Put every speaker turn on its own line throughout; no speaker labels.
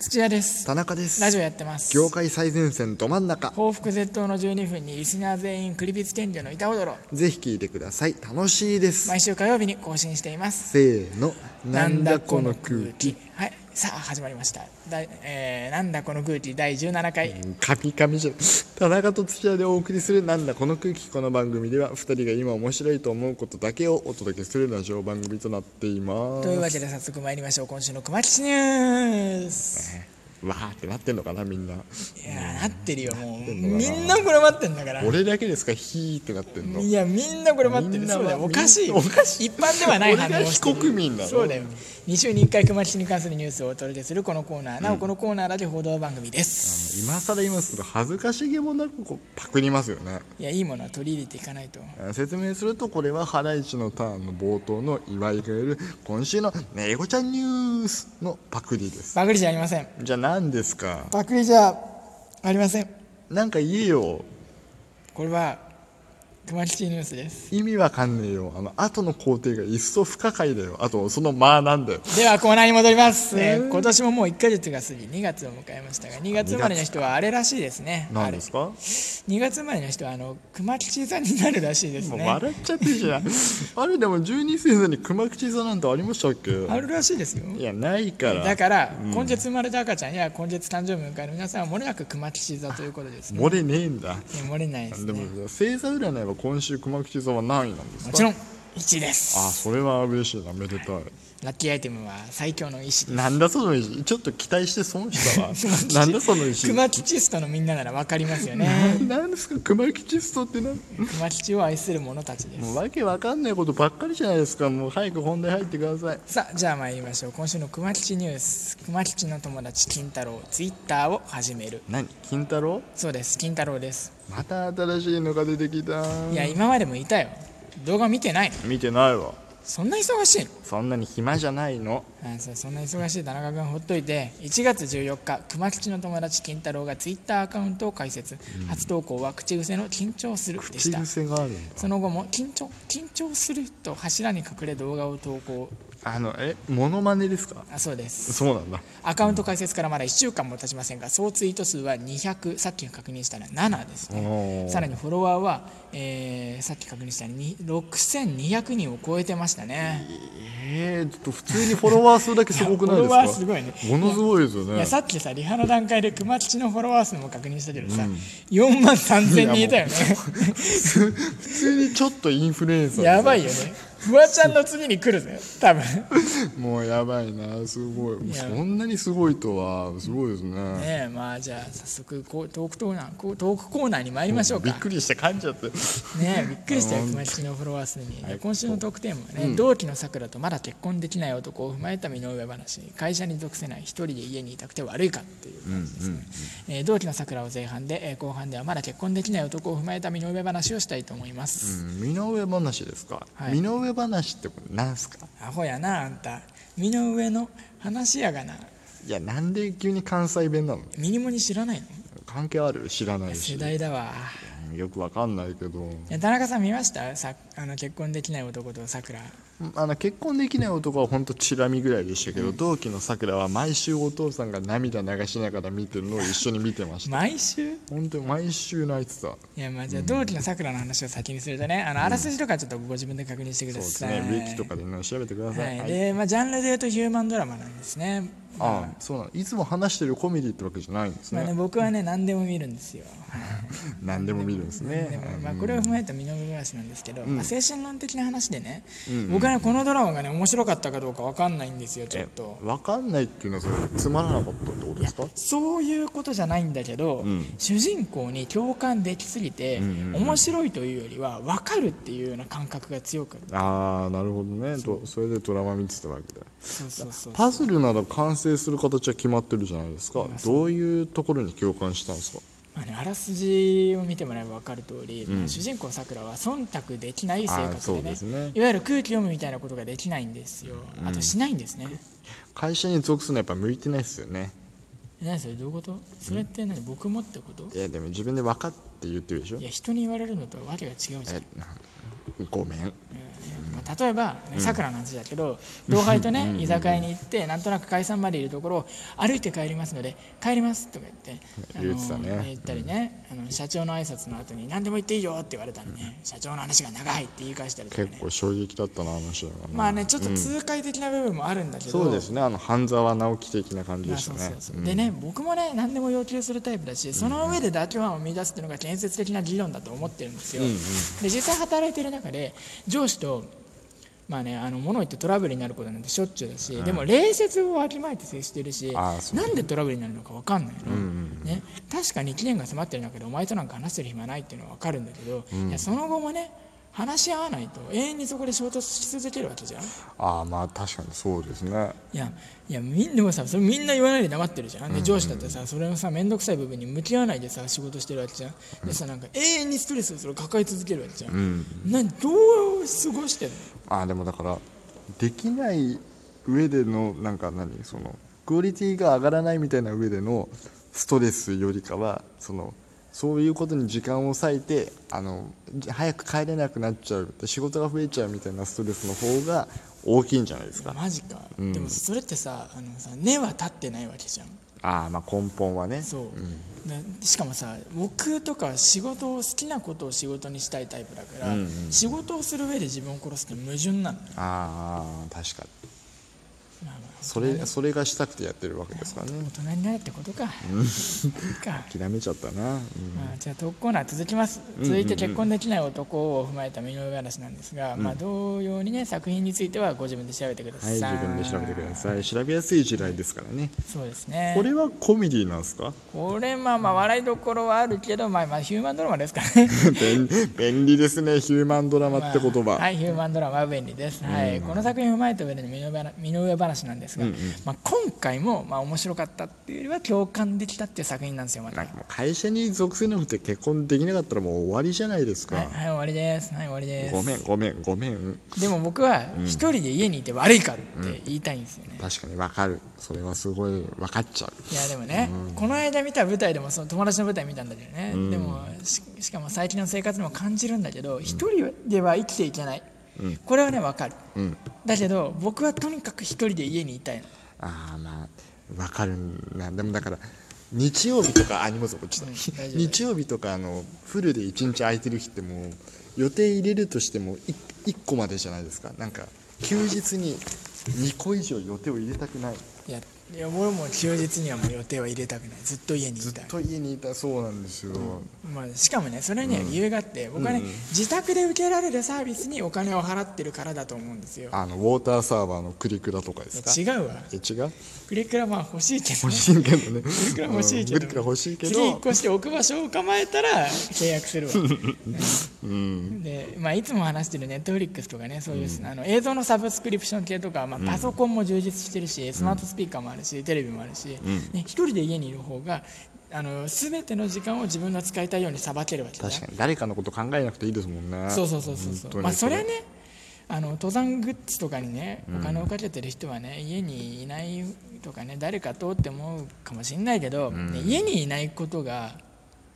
土屋です
田中です
ラジオやってます
業界最前線ど真ん中
報復絶倒の12分にリスナー全員クリビツ天竜の板踊ろ
ぜひ聞いてください楽しいです
毎週火曜日に更新しています
せーのなんだこの空気
はいさあ始まりましただい、えーなんだこの空気第17回、
カミカミじゃん田中と土屋でお送りする「なんだこの空気」この番組では2人が今面白いと思うことだけをお届けするラジオ番組となっています
というわけで早速参りましょう今週の熊吉ニュース
わーってなってんのかなみんない
やーなってるよもう
の
み
かなん
なこれ待ってんだから
俺だけですかヒーってなってんの
いやみんなこれ待って
み
る
んな
そうだよ
みん
おかしい
おかしい
一般ではない反応
俺
を
が
し
非
てる
国民なの
そうだよ2週に1回熊吉に関するニュースをお届けするこのコーナー、なおこのコーナーだけ報道番組です
今更今する恥ずかしげもなくこうパクりますよね
いやいいものは取り入れていかないと
えー説明するとこれはハライチのターンの冒頭の岩井がいる今週の「ネゴちゃんニュース」のパクリです
パクリじゃありません
じゃあ何ですか
パクリじゃありません
なんか言えよ
これは熊吉ニュースです
意味わかんねえよあの後の工程が一層不可解だよあとその間なんだよ
ではコーナーに戻ります、えー今年ももう1ヶ月が過ぎ2月を迎えましたが2月生まれの人はあれらしいですね
何ですか、
2月生まれの人はあの熊吉さんになるらしいです
もう
ね
笑っちゃってる じゃんあれでも12星座に熊口座なんてありましたっけ
あるらしいですよ
いやないから
だから、今月生まれた赤ちゃんや今月誕生日を迎える皆さんはもれなく熊吉座ということですね。
漏れねえんだ
いや漏れないです
で
ね。
も星座占いは今週熊口座は何位なんですか
もちろん1位です。
あそれは嬉しいなめでたい
ラッキーアイテムは最強の石です。
なんだその石ちょっと期待して損したわ なんだその石
熊吉ストのみんななら分かりますよ ね。
ななんですか熊吉ストってなん
熊吉を愛する者たちで
も
す。
うわけわかんないことばっかりじゃないですかもう早く本題入ってください
さあじゃあ参りましょう今週の熊吉ニュース熊吉の友達金太郎ツイッターを始める
何金太郎
そうです金太郎です
また新しいのが出てきた
いや今までもいたよ動画見てないの
見てないわ
そんな忙しいの
そんなに暇じゃないの
あそうそんな忙しい田中君ほっといて1月14日熊吉の友達金太郎がツイッターアカウントを開設、初投稿は口癖の「緊張する」でし
口
た
癖があるんだ
その後も緊張「緊張する」と柱に隠れ動画を投稿
あのえモノマネですか
あそうです
そうなんだ
アカウント開設からまだ1週間も経ちませんが総ツイート数は200さっき確認したら7です
お
ね
ー
さらにフォロワーは、えーさっき確認したらに6200人を超えてましたね
えー、ちょっと普通にフォロワー数だけすごくないですか
いやフォロワーすごいね
ものすごいですよね
いやさっきさリハの段階で熊吉のフォロワー数も確認したけどさ、4万3000人いたよね
普通にちょっとインフルエンサーです
やばいよねフワちゃんの次に来るぜ多分
もうやばいなすごい
いや
そんなにすごいとはすごいですね
ねえまあじゃあ早速こうトークコーナーこうトークコーナーに参りましょう
びっ
か
くりして噛んじゃって
ねえびっくりしたよ熊吉のフォロワー数に、で今週のトークテーマはね、同期のさくらとまだ結婚できない男を踏まえた身の上話会社に属せない一人で家にいたくて悪いかっていう感じですね、えー同期のさくらを前半で、えー後半ではまだ結婚できない男を踏まえた身の上話をしたいと思います、
うん身の上話ですか、
はい
身の上話ってこれなんすか
アホやなあんた身の上の話やがない
やなんで急に関西弁なの
ミニモニ知らないの
関係ある知らない
世
し
代だわ
よくわかんないけ
い
ど
や田中さん見ましたさあの結婚できない男とさくら
あの結婚できない男はほんとチラ見ぐらいでしたけど、同期のさくらは毎週お父さんが涙流しながら見てるのを一緒に見てました
毎週い
本当に毎週泣いてた
やまあじゃあ同期のさくらの話を先にするとねあのあらすじとかちょっとご自分で確認してく
そう
だ
です
さい
ねウィキとかでね調べてくださ、
はいい、
はい
で、まあ、ジャンルでいうとヒューマンドラマなんですね
ああそうなのいつも話してるコメディってわけじゃないんです
まあね、
ね
僕はね何でも見るんですよ、
何でも見るんです
で
ね
もまあ、これを踏まえた身の上話なんですけど、まあ、精神論的な話でね、僕はねこのドラマがね面白かったかどうか分かんないんですよちょっと
分かんないっていうのはそれつまらなかったってことですか
そういうことじゃないんだけど、
ん
主人公に共感できすぎて、
ん
面白いというよりは分かるっていうような感覚が強く
ああなるほどねとそれでドラマ見てたわけだ
そうそうそう
パズルなら完成する形は決まってるじゃないですか
まあそう
どういうところに共感したんですか
まあね、あらすじを見てもらえば分かる通り、主人公さくらは忖度できない性
あー
格
そ
で
う
ね
ですね
いわゆる空気読むみたいなことができないんですよ、あとしないんですね
会社に属するのはやっぱ向いてないですよね
え何それどういうことそれって何僕もってこと
いやでも自分で分かって言ってるでしょ
いや人に言われるのとはわけが違うじゃん、
えごめん
うんま例えばねさくらの話だけど同輩とね居酒屋に行ってなんとなく解散までいるところを歩いて帰りますので帰りますとか言ってあ
言ってたね
の言ったりねあの社長の挨拶の後に何でも言っていいよって言われたのね社長の話が長いって言い返したりとかね
結構衝撃だったなあの人はな
まあねちょっと痛快的な部分もあるんだけど、
そうですねあの半沢直樹的な感じ
ま
で
あ
し
そ
た
う
ね
そうそうでね僕もね何でも要求するタイプだしその上で妥協案を生み出すっていうのが建設的な議論だと思ってるんですよ、で実際働いてる中で上司とまあね、あの物言ってトラブルになることなんてしょっちゅうだし、でも礼節をわきまえて接してるし
あーそう
なんでトラブルになるのか分かんないの、ね、確かに期限が迫ってる中でお前となんか話してる暇ないっていうのは分かるんだけど、いやその後もね話し合わないと永遠にそこで衝突し続けるわけじゃん
ああまあ確かにそうですね
いやいやみんでもさそれみんな言わないで黙ってるじゃんで上司だってさそれのさ面倒くさい部分に向き合わないでさ仕事してるわけじゃんでさなんか永遠にストレスをそれ抱え続けるわけじゃん、なん、どう過ごしてんの
ああでもだからできない上でのなんか何そのクオリティが上がらないみたいな上でのストレスよりかはそのそういうことに時間を割いてあの早く帰れなくなっちゃう仕事が増えちゃうみたいなストレスの方が大きいんじゃないですか
マジか、でもそれってさあのさ根は立ってないわけじゃん
ああまあ根本はね
そう、なしかもさ僕とか仕事を好きなことを仕事にしたいタイプだから、仕事をする上で自分を殺すって矛盾なのよ、
ああ確かに
まあまあ
それそれがしたくてやってるわけですからね
大人になれってことか、なんか
諦めちゃったな、うん
まあ、じゃあトークコーナー続きます続いて結婚できない男を踏まえた身の上話なんですが、まあ、同様にね作品についてはご自分で調べてくださ
はい
い、
自分で調べてください調べやすい時代ですからね
そうですね
これはコメディなんですか
これまあまあ笑いどころはあるけど、まあ、まあヒューマンドラマですからね
便便利ですねヒューマンドラマって言 葉、
まあはいヒューマンドラマは便利です、はい、この作品を踏まえた上での身の上話身の上話なんですが、まあ、今回もまあ面白かったっていうよりは共感できたっていう作品なんですよまた
な
は
ん
い
かもう会社に属せなくて結婚できなかったらもう終わりじゃないですか、
はい終わりですはい終わりです
ごめんごめんごめん
でも僕は一人で家にいて悪いからって言いたいんですよね、
確かにわかるそれはすごい分かっちゃう
いやでもね、この間見た舞台でもその友達の舞台見たんだけどね、でもししかも最近の生活でも感じるんだけど一人では生きていけない、これはね分かる、だけど僕はとにかく一人で家にいたいの
ああまあわかるなでもだから日曜日とかあ荷物落ちた、
大丈夫
日曜日とかあのフルで一日空いてる日ってもう予定入れるとしても 1, 個までじゃないですかなんか休日に2個以上予定を入れたくない
いやいや俺も休日にはもう予定は入れたくないずっと家にい
ず
たい
っと家にいたそうなんですよ、
まあ、しかもねそれには理由があって、僕はね、自宅で受けられるサービスにお金を払ってるからだと思うんですよ
あのウォーターサーバーのクリクラとかですか
違うわ
え違う
クリクラまあ欲しいけど
欲
ね
しいけどねク
クリクラ欲しいけど
クリクラ欲しいけ
次引っ
ど
越して置く場所を構えたら 契約するわ、 うんでまあ、いつも話してるネットフリックスとかねそういう、あの映像のサブスクリプション系とか、まあ、パソコンも充実してるし、スマートスピーカーもあるしテレビもあるし、ね、一人で家にいる方があの全ての時間を自分の使いたいようにさばけるわけだ
確かに誰かのこと考えなくていいですもんね
そうそうそうそうそ
本
う
当に
まあそれはねあの登山グッズとかにねお金をかけてる人はね、家にいないとかね誰かとって思うかもしれないけど、ね家にいないことが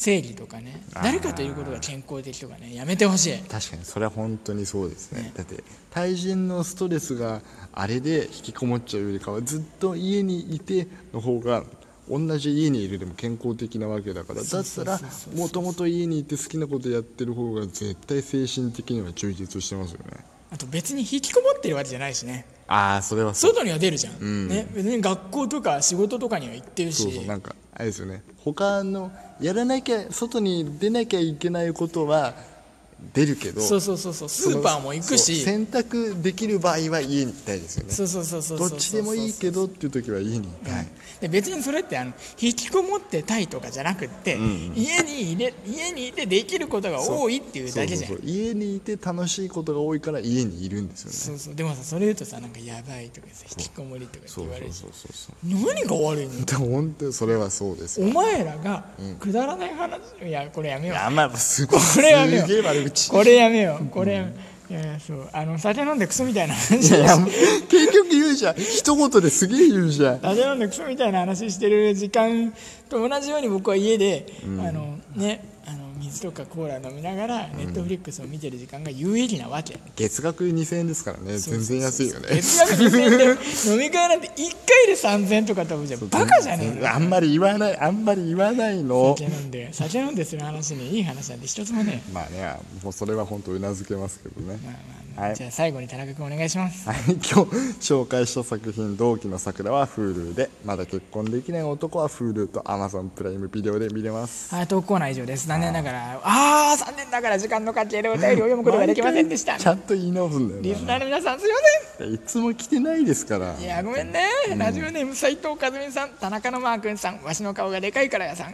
生理とかね誰かということが健康的とかねやめてほしい
確かにそれは本当にそうですねだって対人のストレスがあれで引きこもっちゃうよりかはずっと家にいての方が同じ家にいるでも健康的なわけだからだったらもともと家にいて好きなことやってる方が絶対精神的には充実してますよね
あと別に引きこもってるわけじゃないしね
ああそれはそう
外には出るじゃん、ね、別に学校とか仕事とかには行ってるし
そうそうなんかあれですよね他のやらなきゃ外に出なきゃいけないことは出るけど
そうそうそうそうスーパーも行くし
そう洗濯できる場合は家に行きたいですよね
そうそうそうそうそ
ど
う
っちでもいいけどっていう時は家にいたい、
で別にそれってあの引きこもってたいとかじゃなくって、家にいれ家にいてできることが多いっていう
そ
だ
う
け
そう
じゃん
そ
そうう
家にいて楽しいことが多いから家にいるんですよね
そうでもさそれ言うとさなんかやばいとかさ引きこもりとかって
そう
言わ
そ
れ
う
るし
そうそうそう
何が悪いの
でも本当にそれはそうですよ
お前らがくだらない話、いやこれやめよう
あんまあすごい
これやめよう
すげえ悪口
これやめようこれやめよう、いやいやそうあの酒飲んでクソみたいな話
いや結局言うじゃん一言ですげえ言うじゃん
ラジオ飲んでクソみたいな話してる時間と同じように僕は家で、あのねあの水とかコーラ飲みながらネットフリックスを見てる時間が有益なわけ、
月額2000円ですからね全然安いよね
月額2000円で飲み会なんて1回で3000円とか多分じゃんバカじゃねえの
あんまり言わないあんまり言わないの
酒飲んで酒飲んでする話にいい話なんて一つもねえ
まあねもうそれは本当うなずけますけどね
まあまあまあ
はい
じゃあ最後に田中君お願いします
はい、今日紹介した作品「同期の桜」は Hulu でまだ結婚できない男は Hulu と Amazon プライムビデオで見れます
はい、投稿コーナー以上です。残念ながら、ああ、残念ながら時間の関係でお便りを読むことができませんでした。
ちゃんと言い直すんだよ
リスナーの皆さん、すいま
ねいつも来てないですから
せん。いや、ごめんね。ラジオネーム、斎藤和美さん、田中のマー君さん、わしの顔がでかいからやさん。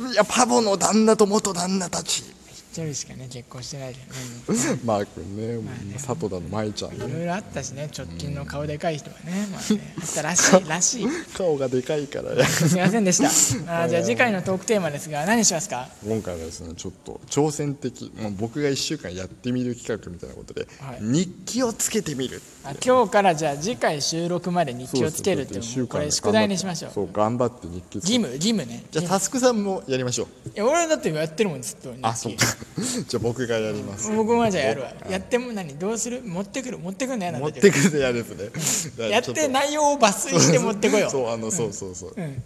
一
いやパボの旦那と元旦那たち
人しかね、結婚してないじゃんうん
マー君ね佐藤だの舞ちゃん
い
ね
ろいろあったしね、直近の顔でかい人はね、まあね、あったらしい、らしい。
顔がでかいからね
すいませんでした。あーじゃあ次回のトークテーマですが、何しますか
今回はですねちょっと挑戦的、まあ、僕が1週間やってみる企画みたいなことで、
はい
日記をつけてみる
あ今日からじゃあ次回収録まで日記をつけるっていうのもこれ宿題にしましょ。
そうう頑張って日記つけ
義務、義務ね。
じゃあタスクさんもやりましょう
いや俺だってやってるもんずっと日記
あそっか じゃあ僕がやります
僕もじゃあやるわやっても何どうする持ってくる持ってくんのやなん
持っ
だけ
て
ど
くると嫌です ね
やって
い
内容を抜粋して持ってこよう
そうあのそうそうそう、
ん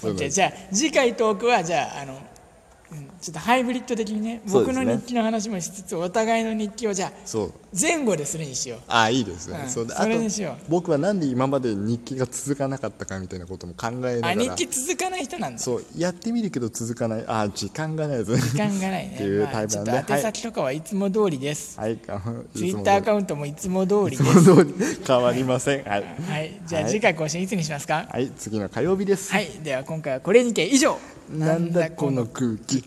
そ
OK
うなんです
じゃあ次回トークはじゃああの、うんちょっとハイブリッド的にね
そう
僕
です
の
ね
日記の話もしつつお互いの日記をじゃあ
そう
前後でするにしよう
ああいいですね、
うん
そうで
それにしよう
あと僕はなんで今まで日記が続かなかったかみたいなことも考えなが
あ
ら
日記続かない人なんだ時
そうやってみるけど続かないああ時間がないですね時
間がない
っていう
ね、ま
タイ
あ、
プ
ち
な
ょ
ん
っ
で
と宛先とかはいつも通りです
はいあの
ツ
い
イ
つも
ッ
通
ター
り
アカウントもいつも通りです
いつも通り 変わりませんはい、
はいじゃあ
はい
次回更新いつにしますか
はい、次の火曜日です、
はい、では今回はこれにて以上
なんだこの空気